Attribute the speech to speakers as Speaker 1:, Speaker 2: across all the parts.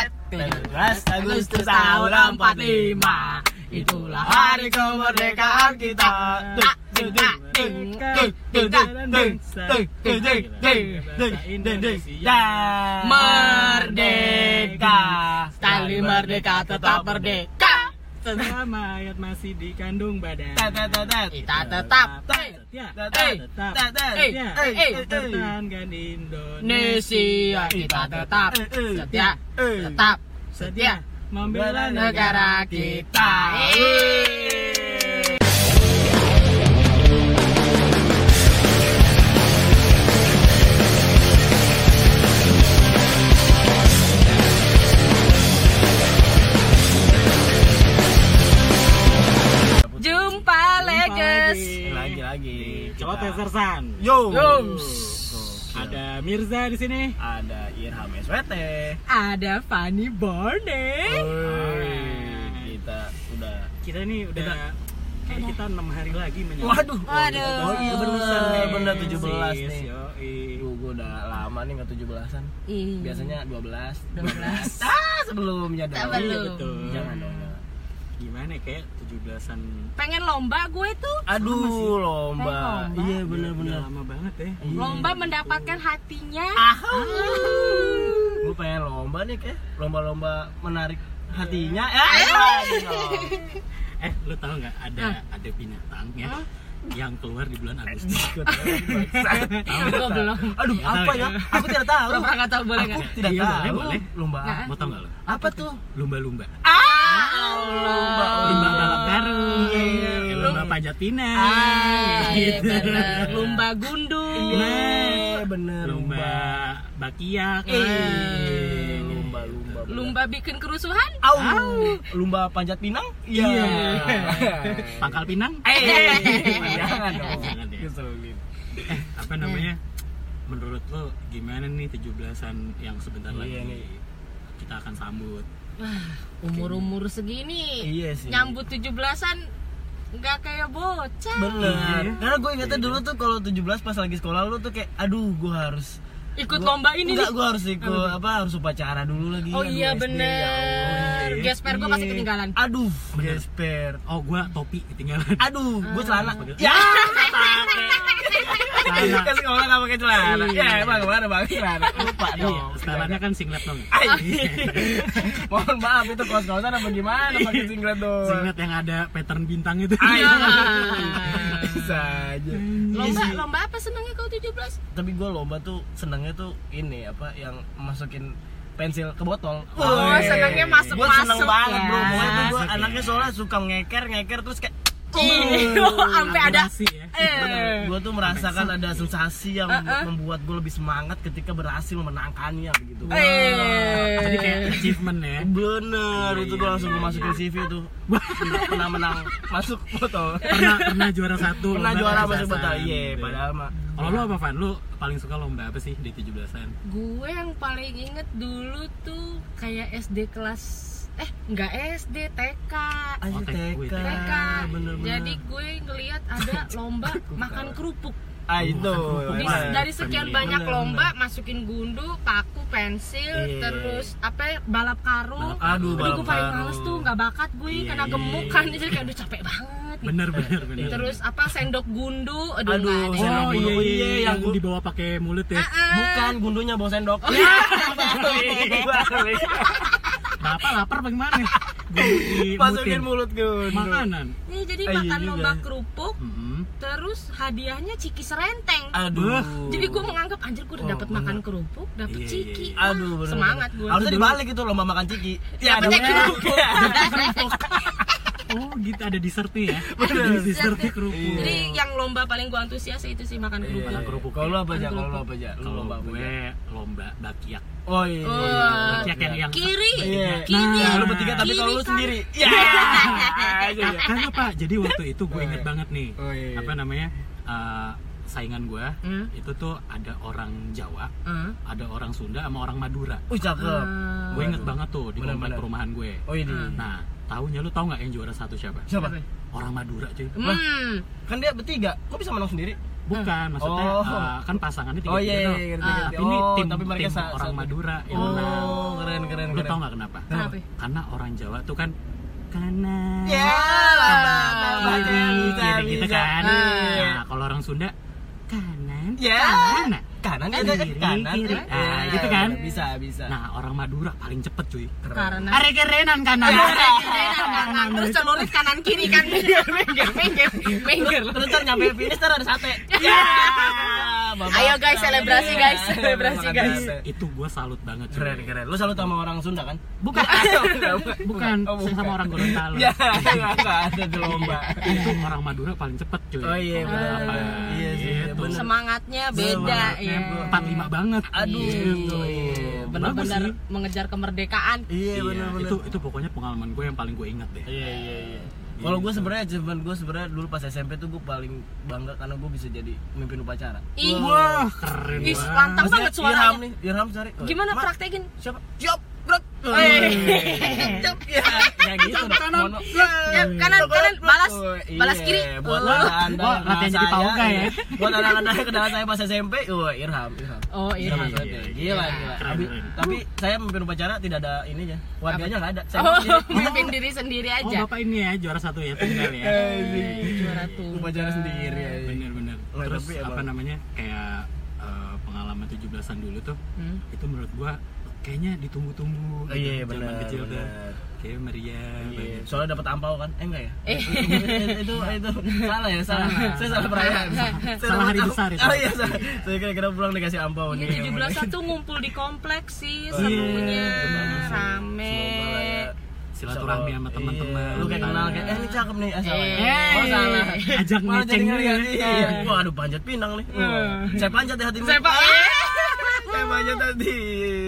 Speaker 1: 13 Agustus tahun 45 Itulah hari kemerdekaan kita
Speaker 2: Merdeka.
Speaker 1: Merdeka Sekali merdeka tetap merdeka
Speaker 2: Selama mayat masih di kandung badan
Speaker 1: Kita tetap
Speaker 2: Setia,
Speaker 1: Eh,
Speaker 2: tetap
Speaker 1: eh,
Speaker 2: setia,
Speaker 1: eh, eh,
Speaker 2: Pertahankan Indonesia
Speaker 1: Indonesia Kita tetap setia Tetap setia
Speaker 2: Setia Membela
Speaker 1: negara kita
Speaker 3: Jumpa Leges.
Speaker 4: lagi lagi
Speaker 2: Coba Pesersan
Speaker 4: yo
Speaker 1: Yums.
Speaker 2: Ada Mirza di sini.
Speaker 4: ada Irham SWT
Speaker 3: Ada Fanny Borne.
Speaker 4: Alright. kita udah
Speaker 2: Kita ini udah kayak kita enam hari lagi menyambut.
Speaker 3: Waduh.
Speaker 4: oh, iya, berurusan nih benda 17
Speaker 2: Sis,
Speaker 4: nih
Speaker 2: yoi.
Speaker 4: Duh, gua udah lama nih nggak 17-an
Speaker 3: Iya.
Speaker 4: biasanya 12
Speaker 3: 12.
Speaker 4: ah sebelumnya dong
Speaker 3: Sebelum.
Speaker 4: Iya,
Speaker 2: Betul.
Speaker 4: jangan dong jangan.
Speaker 2: Gimana ya, kayak 17-an
Speaker 3: Pengen lomba gue tuh.
Speaker 4: aduh lomba
Speaker 3: Kayak lomba.
Speaker 4: iya
Speaker 2: Udah
Speaker 4: bener-bener
Speaker 2: lama banget ya.
Speaker 4: Iya.
Speaker 3: Lomba mendapatkan hatinya. Ah.
Speaker 4: Gue pengen lomba nih kayak lomba-lomba menarik hatinya. Eh, aduh, dong.
Speaker 2: Eh, lu tahu nggak ada ada binatang ya yang keluar di bulan Agustus.
Speaker 4: Ikut lomba.
Speaker 3: Gue belum.
Speaker 4: Aduh,
Speaker 2: Nggak tahu
Speaker 4: apa ya?
Speaker 2: ya?
Speaker 4: Aku tidak tahu.
Speaker 3: Lo pernah nggak tahu boleh
Speaker 4: Aku
Speaker 3: nggak?
Speaker 4: tidak
Speaker 2: Iya,
Speaker 4: tahu.
Speaker 2: boleh, boleh.
Speaker 4: Lomba
Speaker 3: Nggak.
Speaker 2: Mau tau nggak lu?
Speaker 4: apa tuh?
Speaker 2: Lumba-lumba.
Speaker 4: Ah,
Speaker 3: Allah.
Speaker 2: Lumba balap karung,
Speaker 4: Oh. Iya.
Speaker 2: lumba panjat pinang.
Speaker 3: Ah,
Speaker 2: gitu.
Speaker 3: iya bener. Lomba gundul.
Speaker 4: Iya, bener
Speaker 2: Lumba bakiak.
Speaker 4: Iya.
Speaker 3: Eh.
Speaker 4: Lumba, lumba.
Speaker 3: Lomba bikin kerusuhan.
Speaker 4: Au. Lumba panjat pinang? Iya.
Speaker 2: Pangkal pinang.
Speaker 4: Eh, jangan dong.
Speaker 2: Jangan deh.
Speaker 4: Keselin.
Speaker 2: Eh, apa namanya? Menurut lo gimana nih 17-an yang sebentar
Speaker 4: Iya
Speaker 2: lagi
Speaker 4: nih.
Speaker 2: kita akan sambut?
Speaker 3: Umur-umur segini.
Speaker 4: Iya sih.
Speaker 3: Nyambut 17-an nggak kayak bocah.
Speaker 4: Bener.
Speaker 2: Iya.
Speaker 4: Karena gue ingetnya dulu tuh kalau 17 pas lagi sekolah lu tuh kayak aduh gue harus
Speaker 3: Ikut lomba ini
Speaker 4: enggak
Speaker 3: nih.
Speaker 4: gue harus ikut apa harus upacara dulu lagi.
Speaker 3: Oh
Speaker 4: Aduh,
Speaker 3: iya
Speaker 4: SD, ya Allah.
Speaker 3: bener.
Speaker 2: iya.
Speaker 3: Gesper gue pasti
Speaker 4: Iya.
Speaker 3: ketinggalan.
Speaker 4: Aduh,
Speaker 2: Bener.
Speaker 4: gesper.
Speaker 2: Oh, gua topi ketinggalan.
Speaker 4: Aduh,
Speaker 3: Ah.
Speaker 4: gue celana.
Speaker 2: Pakai-
Speaker 4: Ya,
Speaker 2: Celana.
Speaker 4: ke sekolah nggak pakai celana.
Speaker 2: Iya.
Speaker 4: Ya, emang kemana bang celana? Lupa dong.
Speaker 2: Iya, setelahnya kan singlet dong. ya?
Speaker 4: Ay. Mohon maaf itu kaos-kaosan apa gimana pakai singlet dong.
Speaker 2: Iya. Singlet Iya. yang ada pattern bintang itu.
Speaker 4: Ay.
Speaker 3: Ya.
Speaker 4: Bisa aja. Iya
Speaker 3: Lomba lomba apa senangnya kau 17?
Speaker 4: tapi gue lomba tuh senangnya tuh ini apa yang masukin pensil ke botol
Speaker 3: Oh,
Speaker 4: Wih.
Speaker 3: senangnya masuk-masuk
Speaker 4: Gua seneng banget bro
Speaker 3: ya.
Speaker 4: pokoknya tuh gue
Speaker 2: Masuk
Speaker 4: anaknya
Speaker 2: ya.
Speaker 4: soalnya suka ngeker ngeker terus kayak
Speaker 3: Ih, sampai ada
Speaker 2: Akurasi ya.
Speaker 3: eh
Speaker 4: gue tuh merasakan ada sensasi yang
Speaker 3: Uh-uh.
Speaker 4: membuat gue lebih semangat ketika berhasil gitu. menangkannya begitu
Speaker 3: eh.
Speaker 2: Jadi kayak achievement ya.
Speaker 4: bener
Speaker 2: Iya,
Speaker 4: itu
Speaker 2: iya,
Speaker 4: gue langsung gue
Speaker 2: iya,
Speaker 4: masukin CV tuh pernah menang masuk botol
Speaker 2: Pernah pernah juara satu.
Speaker 4: pernah
Speaker 2: lomba
Speaker 4: juara masuk
Speaker 2: kesuksesan,
Speaker 4: botol iya
Speaker 2: gitu.
Speaker 4: padahal mah
Speaker 2: Kalau lu apa Van? Lu paling suka lomba apa sih di 17-an?
Speaker 3: gue yang paling inget dulu tuh kayak SD kelas eh nggak SD TK
Speaker 4: Anjir,
Speaker 2: Otak gue
Speaker 4: TK,
Speaker 2: TK.
Speaker 3: TK
Speaker 4: Ah, bener-bener.
Speaker 3: jadi gue ngelihat ada lomba makan kerupuk
Speaker 4: ah itu
Speaker 3: Di-
Speaker 4: emang.
Speaker 3: dari sekian
Speaker 2: Familiar.
Speaker 3: banyak
Speaker 4: Bener,
Speaker 3: lomba masukin gundu paku pensil
Speaker 4: Iya.
Speaker 3: terus apa ya, balap karung
Speaker 2: Balap
Speaker 4: aduh
Speaker 3: Aduh
Speaker 4: balap
Speaker 3: gue paling
Speaker 4: karung.
Speaker 3: males tuh nggak bakat gue
Speaker 2: Iya,
Speaker 3: kena
Speaker 2: iya,
Speaker 3: gemuk
Speaker 2: iya.
Speaker 3: kan jadi kayak aduh capek banget
Speaker 2: Bener bener bener.
Speaker 3: terus apa sendok gundu aduh,
Speaker 4: Aduh,
Speaker 3: nggak ada. Ah,
Speaker 4: sendok
Speaker 2: Oh iya
Speaker 4: Oh,
Speaker 2: iya
Speaker 4: iya,
Speaker 2: yang
Speaker 4: yang-
Speaker 2: dibawa pakai mulut ya.
Speaker 4: Bukan gundunya bawa sendok.
Speaker 3: Oh, iya. ah.
Speaker 2: Bapak lapar bagaimana? Gue
Speaker 4: Masukin mulut gundu.
Speaker 2: ya. makanan.
Speaker 3: Nih jadi
Speaker 4: Ah, iya
Speaker 3: makan
Speaker 4: juga.
Speaker 3: lomba kerupuk,
Speaker 2: Mm-mm.
Speaker 3: terus hadiahnya ciki serenteng.
Speaker 4: Aduh.
Speaker 3: Jadi gue menganggap anjir gue udah
Speaker 4: Oh,
Speaker 3: dapat
Speaker 4: bener.
Speaker 3: makan kerupuk, dapat
Speaker 2: Iya, iya,
Speaker 3: ciki.
Speaker 2: iya.
Speaker 3: Wah,
Speaker 4: Aduh, bener.
Speaker 3: semangat Ya, gue.
Speaker 4: Harusnya ya, dibalik itu lomba makan ciki. Iya,
Speaker 3: Dapetnya kerupuk.
Speaker 2: Oh gitu ada dessertnya ya.
Speaker 4: Bener. Iya.
Speaker 2: Ada dessertnya kerupuk.
Speaker 3: Jadi ya. yang lomba paling gue antusias itu sih makan
Speaker 2: Iya.
Speaker 3: kerupuk.
Speaker 4: Makan kerupuk. Kalau lu apa aja? Kalau lu apa aja? Lu
Speaker 2: Kalau
Speaker 4: lomba apa aja?
Speaker 2: gue lomba bakiak.
Speaker 4: Oh iya.
Speaker 3: Oh.
Speaker 2: Bakiak yang yang
Speaker 3: Kiri,
Speaker 4: Iya.
Speaker 3: kiri.
Speaker 4: Nah, lu bertiga tapi
Speaker 3: Kiri
Speaker 4: kalau lu
Speaker 3: kan.
Speaker 4: sendiri. Ya. Aja ya.
Speaker 2: Karena apa? Ah, kan, Jadi waktu itu gue inget banget nih.
Speaker 4: Oh, iya.
Speaker 2: Apa namanya? eh, saingan gue
Speaker 3: Hmm.
Speaker 2: itu tuh ada orang Jawa,
Speaker 3: Heeh.
Speaker 2: ada orang Sunda sama orang Madura.
Speaker 4: Uh, cakep.
Speaker 2: Gue inget banget tuh di komplek
Speaker 4: Benar-benar.
Speaker 2: perumahan gue.
Speaker 4: Oh iya.
Speaker 2: Nah, tahunya lu tahu nggak yang juara satu siapa?
Speaker 4: Siapa?
Speaker 2: Orang Madura cuy.
Speaker 3: Hmm.
Speaker 4: Kan dia bertiga. Kok bisa menang sendiri?
Speaker 2: Bukan, maksudnya
Speaker 4: Oh.
Speaker 2: eh, kan pasangannya tiga
Speaker 4: Oh iya,
Speaker 2: tiga
Speaker 4: iya,
Speaker 2: doang.
Speaker 4: iya, ngerti,
Speaker 2: Ah,
Speaker 4: ngerti.
Speaker 2: Tapi ini
Speaker 4: Oh,
Speaker 2: tim,
Speaker 4: tapi mereka
Speaker 2: tim
Speaker 4: sa-
Speaker 2: orang
Speaker 4: satu.
Speaker 2: Madura yang menang.
Speaker 4: Oh, keren keren.
Speaker 2: Lu Tapi tau nggak kenapa?
Speaker 3: Kenapa?
Speaker 2: Karena orang Jawa tuh kan kanan.
Speaker 4: Iya,
Speaker 1: Ya, lah, lah, lah, lah,
Speaker 2: Iya. kiri,
Speaker 1: bisa,
Speaker 2: kiri gitu
Speaker 1: bisa.
Speaker 2: kan.
Speaker 4: Ah.
Speaker 1: Iya.
Speaker 2: Nah, kalau orang Sunda kanan,
Speaker 4: Iya.
Speaker 1: Ya.
Speaker 2: kanan.
Speaker 4: kanan
Speaker 1: Kan
Speaker 4: kiri
Speaker 2: kiri,
Speaker 4: kanan
Speaker 2: kiri.
Speaker 4: eh, eh,
Speaker 2: Ah, gitu kan?
Speaker 4: bisa bisa
Speaker 2: Nah, orang Madura paling cepet cuy.
Speaker 4: Keren.
Speaker 3: karena
Speaker 2: Are kerenan kanan.
Speaker 4: Iya.
Speaker 3: kanan terus seluruh kanan kiri kan minggir minggir minggir
Speaker 4: terus ntar nyampe finish ntar ada sate Ya, Bapak.
Speaker 3: ayo guys selebrasi guys selebrasi
Speaker 4: Makan
Speaker 3: guys
Speaker 4: sate.
Speaker 2: Itu gua salut banget cuy.
Speaker 4: keren keren lu salut sama orang Sunda kan
Speaker 2: Bukan. bukan.
Speaker 4: Oh,
Speaker 2: Saya sama orang Gorontalo.
Speaker 4: ya nggak ada di lomba
Speaker 2: Itu orang Madura paling cepet cuy.
Speaker 4: Oh, iya,
Speaker 2: Kalau
Speaker 4: bener.
Speaker 2: apa,
Speaker 4: Iya sih,
Speaker 2: gitu.
Speaker 4: bener.
Speaker 3: semangatnya beda ya
Speaker 2: Empat lima banget.
Speaker 4: aduh
Speaker 2: Gitu.
Speaker 4: iya
Speaker 2: Bagus
Speaker 3: benar-benar
Speaker 2: sih.
Speaker 3: mengejar kemerdekaan
Speaker 4: iya
Speaker 2: Iya,
Speaker 4: benar-benar.
Speaker 2: itu itu pokoknya pengalaman gue yang paling gue ingat deh.
Speaker 4: Iya iya iya. Kalau gue sebenarnya cuman gue sebenarnya dulu pas SMP tuh gue paling bangga karena gue bisa jadi pemimpin upacara.
Speaker 3: ih
Speaker 2: Wah, keren
Speaker 3: ih,
Speaker 2: banget.
Speaker 3: lantang banget
Speaker 4: Maksudnya, Irham
Speaker 3: suaranya
Speaker 4: nih, Irham sorry. Oh,
Speaker 3: gimana Eh.
Speaker 4: Ma,
Speaker 3: praktekin
Speaker 4: Siapa?
Speaker 1: Jop, brok.
Speaker 2: Eh.
Speaker 4: Cep, Ya,
Speaker 2: Ah,
Speaker 4: ya gitu dong.
Speaker 2: Kanan.
Speaker 4: Mono-
Speaker 3: Ya, kanan kanan balas
Speaker 4: Oh, iya.
Speaker 3: balas kiri
Speaker 4: Buat
Speaker 3: Oh.
Speaker 4: anak-anak
Speaker 2: Iya. Wah,
Speaker 4: kenal
Speaker 2: latihan jadi
Speaker 4: saya,
Speaker 2: pauga ya.
Speaker 4: iya. Buat anak-anak yang kenal saya pas SMP, wah Irham, Irham.
Speaker 3: oh iya
Speaker 4: Irham
Speaker 2: Iya,
Speaker 4: Santi.
Speaker 2: iya,
Speaker 4: Gila, gila.
Speaker 2: Keren,
Speaker 4: Tapi,
Speaker 2: keren.
Speaker 4: tapi saya memimpin upacara tidak ada ininya. Warganya nggak ada. Saya
Speaker 3: oh
Speaker 4: sendiri.
Speaker 3: mimpin diri sendiri
Speaker 2: Oh,
Speaker 3: aja
Speaker 2: Bapak ini ya juara satu ya tunggal ya.
Speaker 4: Iya,
Speaker 3: Eh, juara tuh
Speaker 4: upacara sendiri. ya, iya.
Speaker 2: Bener-bener.
Speaker 4: Nah,
Speaker 2: Terus
Speaker 4: tapi
Speaker 2: apa
Speaker 4: emang-
Speaker 2: namanya? Kayak eh, pengalaman 17-an dulu tuh
Speaker 3: Hmm.
Speaker 2: itu menurut gua kayaknya ditunggu-tunggu gitu,
Speaker 4: Oh, iya,
Speaker 2: zaman
Speaker 4: benar,
Speaker 2: kecil tuh.
Speaker 4: benar.
Speaker 2: Kayak meriah
Speaker 4: Iya,
Speaker 2: banget.
Speaker 4: soalnya dapat ampau kan? Eh enggak ya?
Speaker 3: Eh.
Speaker 4: itu itu salah ya, salah. Saya salah perayaan. Saya
Speaker 2: Salah
Speaker 4: dapat
Speaker 2: hari
Speaker 4: am-
Speaker 2: besar itu.
Speaker 4: Oh iya, salah. Saya kira-kira pulang dikasih ampau
Speaker 3: Iya,
Speaker 4: nih.
Speaker 3: 17 tuh ngumpul di kompleks sih
Speaker 4: Iya,
Speaker 3: semuanya ya.
Speaker 4: benar sih.
Speaker 3: rame.
Speaker 4: Semoga lah ya.
Speaker 2: Silaturahmi sama
Speaker 4: Iya,
Speaker 2: teman-teman.
Speaker 4: Lu kayak kenal kayak eh ini cakep nih, eh salah. ya.
Speaker 3: Eh.
Speaker 4: Oh salah.
Speaker 2: Ajak
Speaker 4: Malah jadi
Speaker 2: ngeceng
Speaker 4: ngeliat,
Speaker 2: nih.
Speaker 4: iya. Wah, aduh panjat pinang nih. Wah. Saya panjat ya hatimu.
Speaker 3: Saya Pak, E.
Speaker 4: Saya panjat tadi.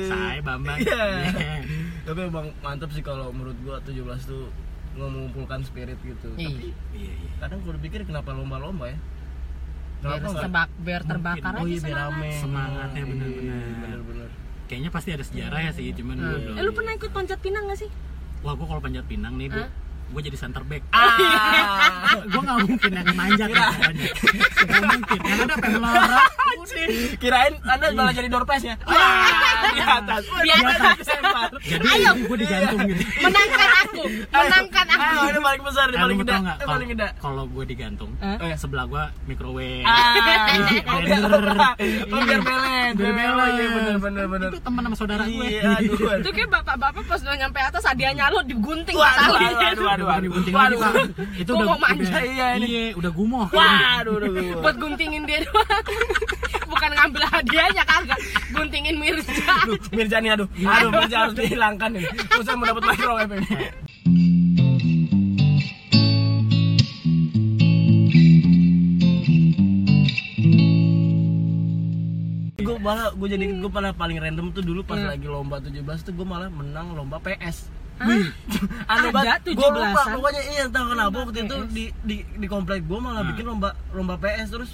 Speaker 2: Saya Bambang.
Speaker 4: Iya.
Speaker 2: Iya.
Speaker 4: Tapi emang mantep sih kalau menurut gua 17 tuh mengumpulkan spirit gitu.
Speaker 3: Iya.
Speaker 4: Tapi
Speaker 2: Iya, iya.
Speaker 4: kadang gue pikir kenapa lomba-lomba ya
Speaker 3: biar
Speaker 4: kenapa nggak
Speaker 3: terbak, biar terbakar
Speaker 4: oh
Speaker 3: aja
Speaker 4: iya biar rame
Speaker 3: semangat.
Speaker 2: Semangatnya bener-bener.
Speaker 4: Iya, bener-bener
Speaker 2: Kayaknya pasti ada sejarah ya sih, cuman gua belum-
Speaker 3: Eh, lu pernah ikut panjat pinang gak sih?
Speaker 2: Wah, gua kalau panjat pinang nih, Bu.
Speaker 3: Hah?
Speaker 2: Gua jadi center back.
Speaker 4: ah
Speaker 2: gue gak mungkin yang manjat pokoknya. Gak mungkin yang ada pelorot
Speaker 4: kirain anda malah jadi door prize ya di atas Wah, di atas sempat
Speaker 2: jadi gue digantung gitu
Speaker 3: Menangkan aku, menangkan aku.
Speaker 4: ah ini paling besar ini
Speaker 2: Eh,
Speaker 4: paling
Speaker 2: lu
Speaker 4: gede
Speaker 2: tau nggak
Speaker 4: ini
Speaker 2: kalau-
Speaker 4: paling gede
Speaker 2: kalau gue digantung
Speaker 3: Hah?
Speaker 2: eh, sebelah gue microwave
Speaker 4: ah oh,
Speaker 2: blender.
Speaker 4: biar- oh, biar melet
Speaker 2: Biar
Speaker 4: melet iya
Speaker 2: balance.
Speaker 4: bener bener bener
Speaker 2: itu teman sama saudara gue
Speaker 4: iya aduh
Speaker 3: Itu
Speaker 4: aduh
Speaker 3: kayak bapak-bapak pas udah nyampe atas hadiahnya lu digunting
Speaker 4: Waduh,
Speaker 3: sekali.
Speaker 4: aduh, aduh, aduh,
Speaker 2: Bukan
Speaker 4: aduh.
Speaker 2: digunting lagi
Speaker 4: Waduh,
Speaker 2: bang itu
Speaker 3: Gua
Speaker 2: udah
Speaker 3: mau manjat.
Speaker 2: udah-
Speaker 4: Iya, ini.
Speaker 2: iya udah gumoh
Speaker 4: Waduh, aduh, aduh.
Speaker 3: Buat guntingin dia doang. Bukan ngambil hadiahnya kagak, guntingin Mirza.
Speaker 4: Aduh, Mirza nih aduh. Aduh, Mirza harus dihilangkan ini. Terus saya mau dapat microwave ini. gue malah gue jadi gue malah paling random tuh dulu pas lagi lomba 17 tuh gue malah menang lomba PS
Speaker 3: Hah?
Speaker 4: aneh
Speaker 3: Ada
Speaker 4: banget gue lupa
Speaker 3: 17-an?
Speaker 4: pokoknya iya entah kenapa waktu itu
Speaker 3: PS.
Speaker 4: di di di komplek gue malah bikin lomba lomba PS terus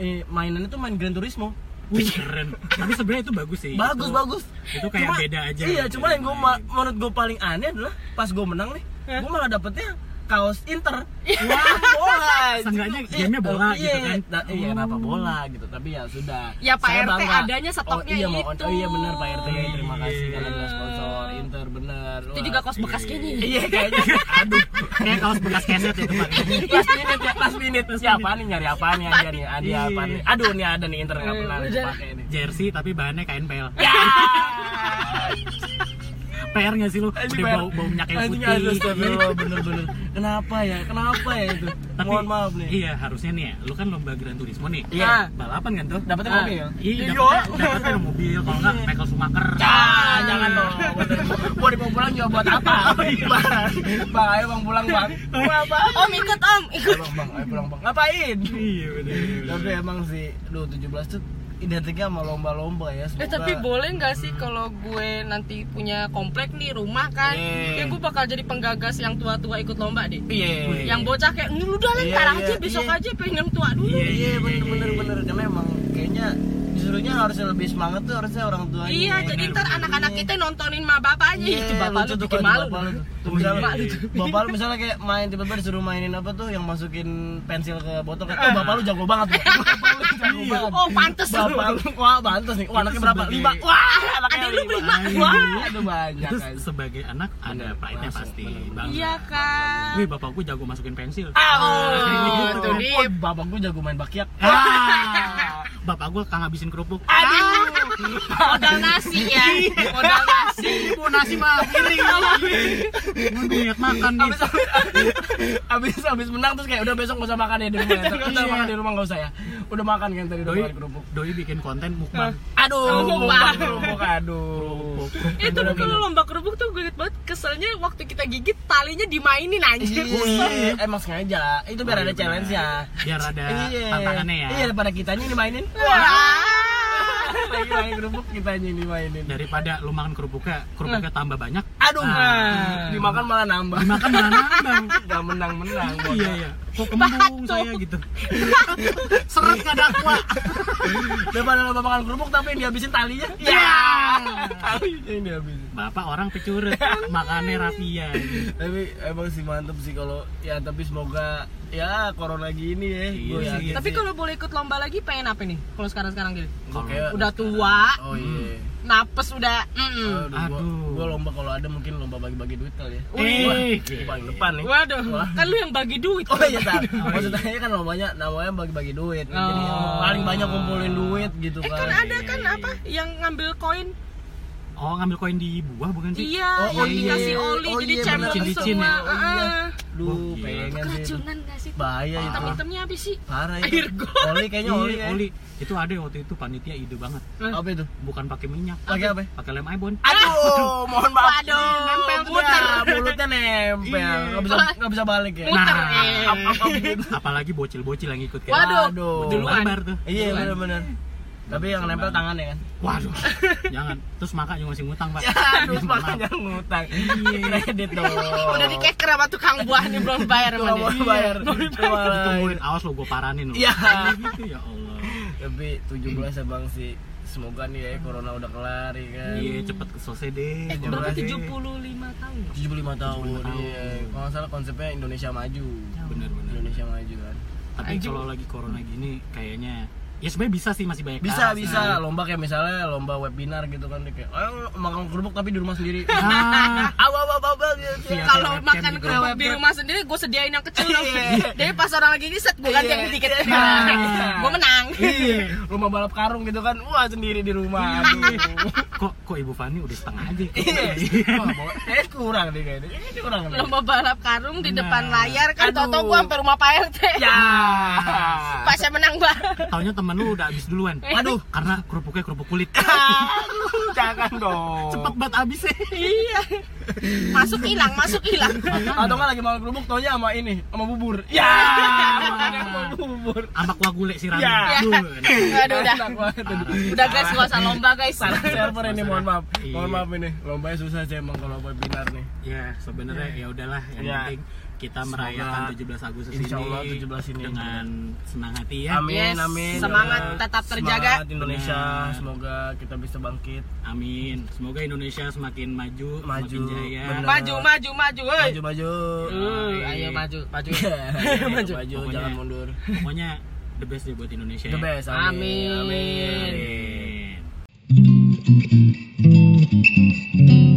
Speaker 4: eh, mainannya tuh main Gran Turismo
Speaker 2: wih keren tapi sebenarnya itu bagus sih
Speaker 4: bagus
Speaker 2: Itu-
Speaker 4: bagus
Speaker 2: itu kayak beda aja gitu.
Speaker 4: iya
Speaker 2: dari
Speaker 4: cuma yang gue
Speaker 2: lain.
Speaker 4: menurut gue paling aneh adalah pas gue menang nih
Speaker 2: Eh?
Speaker 4: gue malah dapetnya kaos inter wah bola
Speaker 2: Iya. Seenggaknya gamenya bola
Speaker 4: iya,
Speaker 2: gitu kan.
Speaker 4: nah, iya kenapa bola gitu tapi ya sudah
Speaker 3: Ya, Pak
Speaker 4: Saya
Speaker 3: RT
Speaker 4: bangga.
Speaker 3: adanya stoknya
Speaker 4: oh, iya, mohon-
Speaker 3: itu.
Speaker 4: oh iya bener pak rt terima kasih
Speaker 2: Iya.
Speaker 4: karena udah sponsor inter bener
Speaker 3: Itu
Speaker 4: Wah.
Speaker 3: juga kos bekas kayaknya.
Speaker 4: iya kayaknya aduh
Speaker 2: kayak kaos bekas keset ya teman
Speaker 4: last minute ya last minute siapa nih nyari apaan nih hadiah nih hadiah
Speaker 2: Iya.
Speaker 4: apa nih aduh nih ada nih inter nggak
Speaker 3: Eh,
Speaker 4: pernah
Speaker 3: udah.
Speaker 4: dipakai nih
Speaker 2: jersey tapi bahannya kain pel
Speaker 4: Ya.
Speaker 2: PR nggak sih lu udah bau bau minyak kayu
Speaker 4: Anjing, aduh,
Speaker 2: putih Iya.
Speaker 4: astagfirullah, bener-bener. Kenapa ya? Kenapa ya itu?
Speaker 2: tapi
Speaker 4: Mohon maaf nih.
Speaker 2: iya harusnya nih ya lu kan lomba Gran Turismo nih
Speaker 4: Iya.
Speaker 2: balapan kan tuh
Speaker 4: Dapatnya
Speaker 3: Ah.
Speaker 4: mobil.
Speaker 2: Iya,
Speaker 4: Iya.
Speaker 2: dapetnya ada mobil, kalau nggak Michael Schumacher
Speaker 4: Ah, jangan dong. Gua dibawa pulang juga buat apa?
Speaker 2: Oh, iya.
Speaker 4: Bang, bang, ayo bang pulang bang. Wah, bang.
Speaker 3: Om ikut om,
Speaker 4: Ayo
Speaker 3: ikut.
Speaker 4: bang, bang, ayo pulang bang. Ngapain?
Speaker 2: Iya bener
Speaker 4: Tapi emang sih, lu 17 tuh identiknya sama lomba-lomba ya. Semoga.
Speaker 3: Eh tapi boleh nggak sih kalau gue nanti punya komplek nih rumah kan,
Speaker 4: Iya.
Speaker 3: ya gue bakal jadi penggagas yang tua-tua ikut lomba deh.
Speaker 4: Iya.
Speaker 3: Yang bocah kayak "Ini udah lah
Speaker 4: Iya,
Speaker 3: ntar
Speaker 4: iya,
Speaker 3: aja besok
Speaker 4: iya.
Speaker 3: aja pengen yang tua dulu.
Speaker 4: Iya, iya bener-bener bener. Karena emang kayaknya bisa disuruhnya harus lebih semangat tuh harusnya orang tuanya.
Speaker 3: Iya, jadi ntar anak-anak kita nontonin ma bapaknya
Speaker 4: Iya,
Speaker 3: itu bapak
Speaker 4: lucu
Speaker 3: lu
Speaker 4: tuh
Speaker 3: bikin
Speaker 4: kalau
Speaker 3: malu.
Speaker 4: bapak lu tuh. Tuh, misalnya,
Speaker 3: Bapak lu tuh.
Speaker 4: bapak lu misalnya kayak main tiba-tiba disuruh mainin apa tuh yang masukin pensil ke botol kan oh, bapak lu jago banget tuh. bapak lu jago banget
Speaker 3: Oh, pantes lu.
Speaker 4: bapak lu wah bantus nih wah anaknya berapa
Speaker 2: Sebagai-
Speaker 4: lima wah anaknya
Speaker 3: Adik lu
Speaker 4: lima.
Speaker 3: lima.
Speaker 4: wah aduh banyak
Speaker 2: Terus
Speaker 4: kan
Speaker 2: sebagai anak ada
Speaker 4: Bener,
Speaker 2: pride-nya
Speaker 4: langsung,
Speaker 2: pasti.
Speaker 4: bener. Ah.
Speaker 2: Bangga.
Speaker 3: Iya kan.
Speaker 2: Wih, bapak gue jago masukin pensil.
Speaker 3: Oh, tuh dia.
Speaker 4: Oh, bapak gue jago main bakyak
Speaker 2: Ah, bapak gue kagak habisin kerupuk.
Speaker 3: Modal nasi ya.
Speaker 4: Iya.
Speaker 3: Modal nasi.
Speaker 2: Ibu nasi mah piring. Gue niat makan gitu. nih.
Speaker 4: abis abis- abis abis menang terus kayak udah besok gak usah makan ya di rumah ya. Udah
Speaker 2: Iya.
Speaker 4: makan di rumah gak usah ya. Udah makan kan tadi udah
Speaker 2: Doi,
Speaker 4: makan kerupuk.
Speaker 2: doi bikin konten mukbang.
Speaker 4: Aduh,
Speaker 3: Kerupuk.
Speaker 4: kerupuk aduh.
Speaker 3: Eh tapi kalau lomba kerupuk tuh gue inget banget keselnya waktu kita gigit talinya dimainin anjir.
Speaker 4: Iya, emang sengaja. Itu biar
Speaker 2: Oh,
Speaker 4: ada
Speaker 2: iya,
Speaker 4: challenge ya.
Speaker 2: Biar ada tantangannya ya.
Speaker 4: Iya, daripada kitanya yang dimainin.
Speaker 3: Wah.
Speaker 4: Lagi main kerupuk kitanya yang dimainin.
Speaker 2: Daripada lu makan kerupuknya, kerupuknya tambah banyak,
Speaker 4: Aduh,
Speaker 2: Ah.
Speaker 4: dimakan malah nambah.
Speaker 2: dimakan malah nambang.
Speaker 4: Gak menang-menang.
Speaker 2: Iya ya. Kok kembung saya gitu. Seret kadang dakwa.
Speaker 4: Daripada lomba makan kerupuk tapi yang dihabisin talinya.
Speaker 2: Ya.
Speaker 4: Talinya yang dihabisin.
Speaker 2: Bapak orang pecurut, makannya rapian.
Speaker 4: tapi emang sih mantep sih kalau ya tapi semoga ya corona gini ya
Speaker 2: Iya
Speaker 4: gua
Speaker 2: sih.
Speaker 4: yakin
Speaker 3: Tapi
Speaker 4: sih.
Speaker 3: kalau boleh ikut lomba lagi pengen apa nih? Kalau sekarang-sekarang gitu.
Speaker 4: Gua
Speaker 2: Hmm.
Speaker 4: kayak-
Speaker 3: Udah tua,
Speaker 4: oh iya
Speaker 3: napas udah. mm-mm.
Speaker 4: aduh, Eh, gua-
Speaker 2: Hmm, Aduh.
Speaker 4: gua, lomba kalau ada mungkin lomba bagi-bagi duit kali ya
Speaker 2: Eh.
Speaker 4: Wah, gua paling depan nih
Speaker 3: Waduh,
Speaker 4: Oh, Wah.
Speaker 3: kan lu yang bagi duit.
Speaker 4: Oh iya, tak. maksudnya kan namanya namanya bagi-bagi duit. Jadi
Speaker 3: Oh.
Speaker 4: paling banyak kumpulin duit gitu
Speaker 3: Eh
Speaker 4: kan.
Speaker 3: kan ada kan apa yang ngambil koin?
Speaker 2: Oh, ngambil koin di buah bukan sih?
Speaker 3: Iya,
Speaker 4: Oh, oh
Speaker 3: yang
Speaker 4: iya.
Speaker 3: dikasih oli
Speaker 4: Oh
Speaker 3: jadi
Speaker 4: iya,
Speaker 3: cebok
Speaker 2: bener.
Speaker 3: semua.
Speaker 2: Licin-licin ya.
Speaker 4: Oh iya. Ah.
Speaker 3: Heeh.
Speaker 4: Duh,
Speaker 2: Oh, iya.
Speaker 4: pengen sih. itu.
Speaker 3: Keracunan gak sih?
Speaker 4: Bahaya itu.
Speaker 3: Hitam-hitamnya apa sih?
Speaker 4: Parah itu.
Speaker 3: Air gua.
Speaker 4: Oli kayaknya oli.
Speaker 2: Iya,
Speaker 4: ya.
Speaker 2: Oli. Itu ada waktu itu panitia ide banget.
Speaker 4: Apa itu?
Speaker 2: Bukan pakai minyak,
Speaker 4: Pakai apa?
Speaker 2: pakai lem ibon.
Speaker 4: Aduh, mohon maaf.
Speaker 3: Waduh, nempel
Speaker 4: Udah,
Speaker 3: muter.
Speaker 4: mulutnya nempel.
Speaker 2: Iya.
Speaker 4: Enggak bisa nggak bisa balik ya.
Speaker 3: Muter.
Speaker 2: Nah,
Speaker 3: eh.
Speaker 2: Apalagi bocil-bocil yang ikut kan.
Speaker 3: Waduh,
Speaker 4: Waduh.
Speaker 2: Bocil
Speaker 3: duluan.
Speaker 2: barbar tuh.
Speaker 4: Iya benar-benar. Tapi yang
Speaker 2: Bener
Speaker 4: nempel
Speaker 2: banget.
Speaker 4: tangan ya kan.
Speaker 2: Waduh. Jangan. Terus makan juga masih ngutang, Pak.
Speaker 4: Ya, Aduh,
Speaker 2: Mohon maaf.
Speaker 4: Iya, makanya ngutang. Iya, Kredit dong.
Speaker 3: Udah dikeker sama tukang buah nih belum bayar
Speaker 4: Nggak
Speaker 3: sama
Speaker 4: mau
Speaker 3: dia.
Speaker 4: bayar. Iya,
Speaker 2: Lu
Speaker 4: Tungguin.
Speaker 2: tungguin awas lo gue paranin lo.
Speaker 4: Iya.
Speaker 2: gitu ya Allah.
Speaker 4: Tapi 17 abang sih. Semoga nih ya corona udah kelar ya kan.
Speaker 2: Iya, cepet selesai deh.
Speaker 3: Eh,
Speaker 2: Jangan
Speaker 3: berapa
Speaker 4: Terima kasih.
Speaker 2: deh.
Speaker 3: 75 tahun?
Speaker 4: 75 tahun.
Speaker 2: 75 tahun.
Speaker 4: Iya. Kalau nggak salah konsepnya Indonesia maju.
Speaker 2: Bener bener.
Speaker 4: Indonesia maju kan.
Speaker 2: Tapi
Speaker 3: Anjing.
Speaker 2: kalau lagi corona gini kayaknya ya sebenarnya bisa sih masih banyak.
Speaker 4: Bisa
Speaker 2: kelas.
Speaker 4: bisa lomba kayak misalnya lomba webinar gitu kan kayak ayo makan kerupuk tapi di rumah sendiri.
Speaker 2: Ah,
Speaker 4: Awal awal awal gitu.
Speaker 2: Iya.
Speaker 3: Kalau
Speaker 2: webcam
Speaker 3: makan
Speaker 2: gitu.
Speaker 3: kerupuk di rumah sendiri, gue sediain yang kecil dong.
Speaker 4: Iya.
Speaker 3: Jadi pas orang lagi riset, gue ganti yang dikit.
Speaker 4: Iya.
Speaker 3: Gue menang.
Speaker 4: Iya, rumah balap karung gitu kan. Wah, sendiri di rumah. Aduh.
Speaker 2: kok kok Ibu Fani udah setengah aja. ya? Kok-
Speaker 4: Iya. Wah, mau- eh kurang deh kayaknya. Ini kurang deh.
Speaker 3: Lomba balap karung di
Speaker 2: Nah.
Speaker 3: depan layar kan
Speaker 4: Aduh.
Speaker 3: toto gue sampai rumah Pak RT.
Speaker 4: Ya.
Speaker 3: Pas saya menang gue.
Speaker 2: Taunya temen lu udah habis duluan.
Speaker 4: Waduh.
Speaker 2: Karena kerupuknya kerupuk kulit.
Speaker 4: Aduh, jangan dong.
Speaker 2: Cepet banget habisnya.
Speaker 3: Iya. Masuk hilang, masuk hilang.
Speaker 4: Atau nggak lagi makan kerupuk taunya sama ini, sama bubur. Ya. makannya sama bubur.
Speaker 2: Sama kuah gulai siram.
Speaker 4: Iya.
Speaker 2: Aduh, enak.
Speaker 3: Aduh udah.
Speaker 4: Enak banget ini.
Speaker 3: Udah guys, gak usah lomba guys.
Speaker 4: Salah server ini mohon maaf. Mohon
Speaker 2: Iya.
Speaker 4: maaf ini. Lombanya susah sih emang kalau webinar nih.
Speaker 2: Ya, sebenarnya ya udahlah yang
Speaker 4: Ya.
Speaker 2: penting kita
Speaker 4: Semoga-
Speaker 2: merayakan 17 Agustus ini,
Speaker 4: Insya Allah 17 ini.
Speaker 2: dengan senang hati ya.
Speaker 4: Amin,
Speaker 3: Yes,
Speaker 4: amin.
Speaker 3: semangat
Speaker 4: Semoga
Speaker 3: tetap terjaga.
Speaker 4: Semangat Indonesia,
Speaker 2: Benar.
Speaker 4: semoga kita bisa bangkit.
Speaker 2: Amin. Semoga Indonesia semakin maju,
Speaker 4: Maju,
Speaker 2: semakin jaya.
Speaker 4: benar.
Speaker 3: Maju, maju, maju. woi.
Speaker 4: Maju maju.
Speaker 3: Uh, ayo maju, maju.
Speaker 4: maju, maju,
Speaker 2: Pokoknya-
Speaker 4: jangan mundur.
Speaker 2: Pokoknya the best deh buat Indonesia.
Speaker 4: The
Speaker 2: ya.
Speaker 4: best.
Speaker 3: Amin.
Speaker 4: Amin.
Speaker 2: Amin.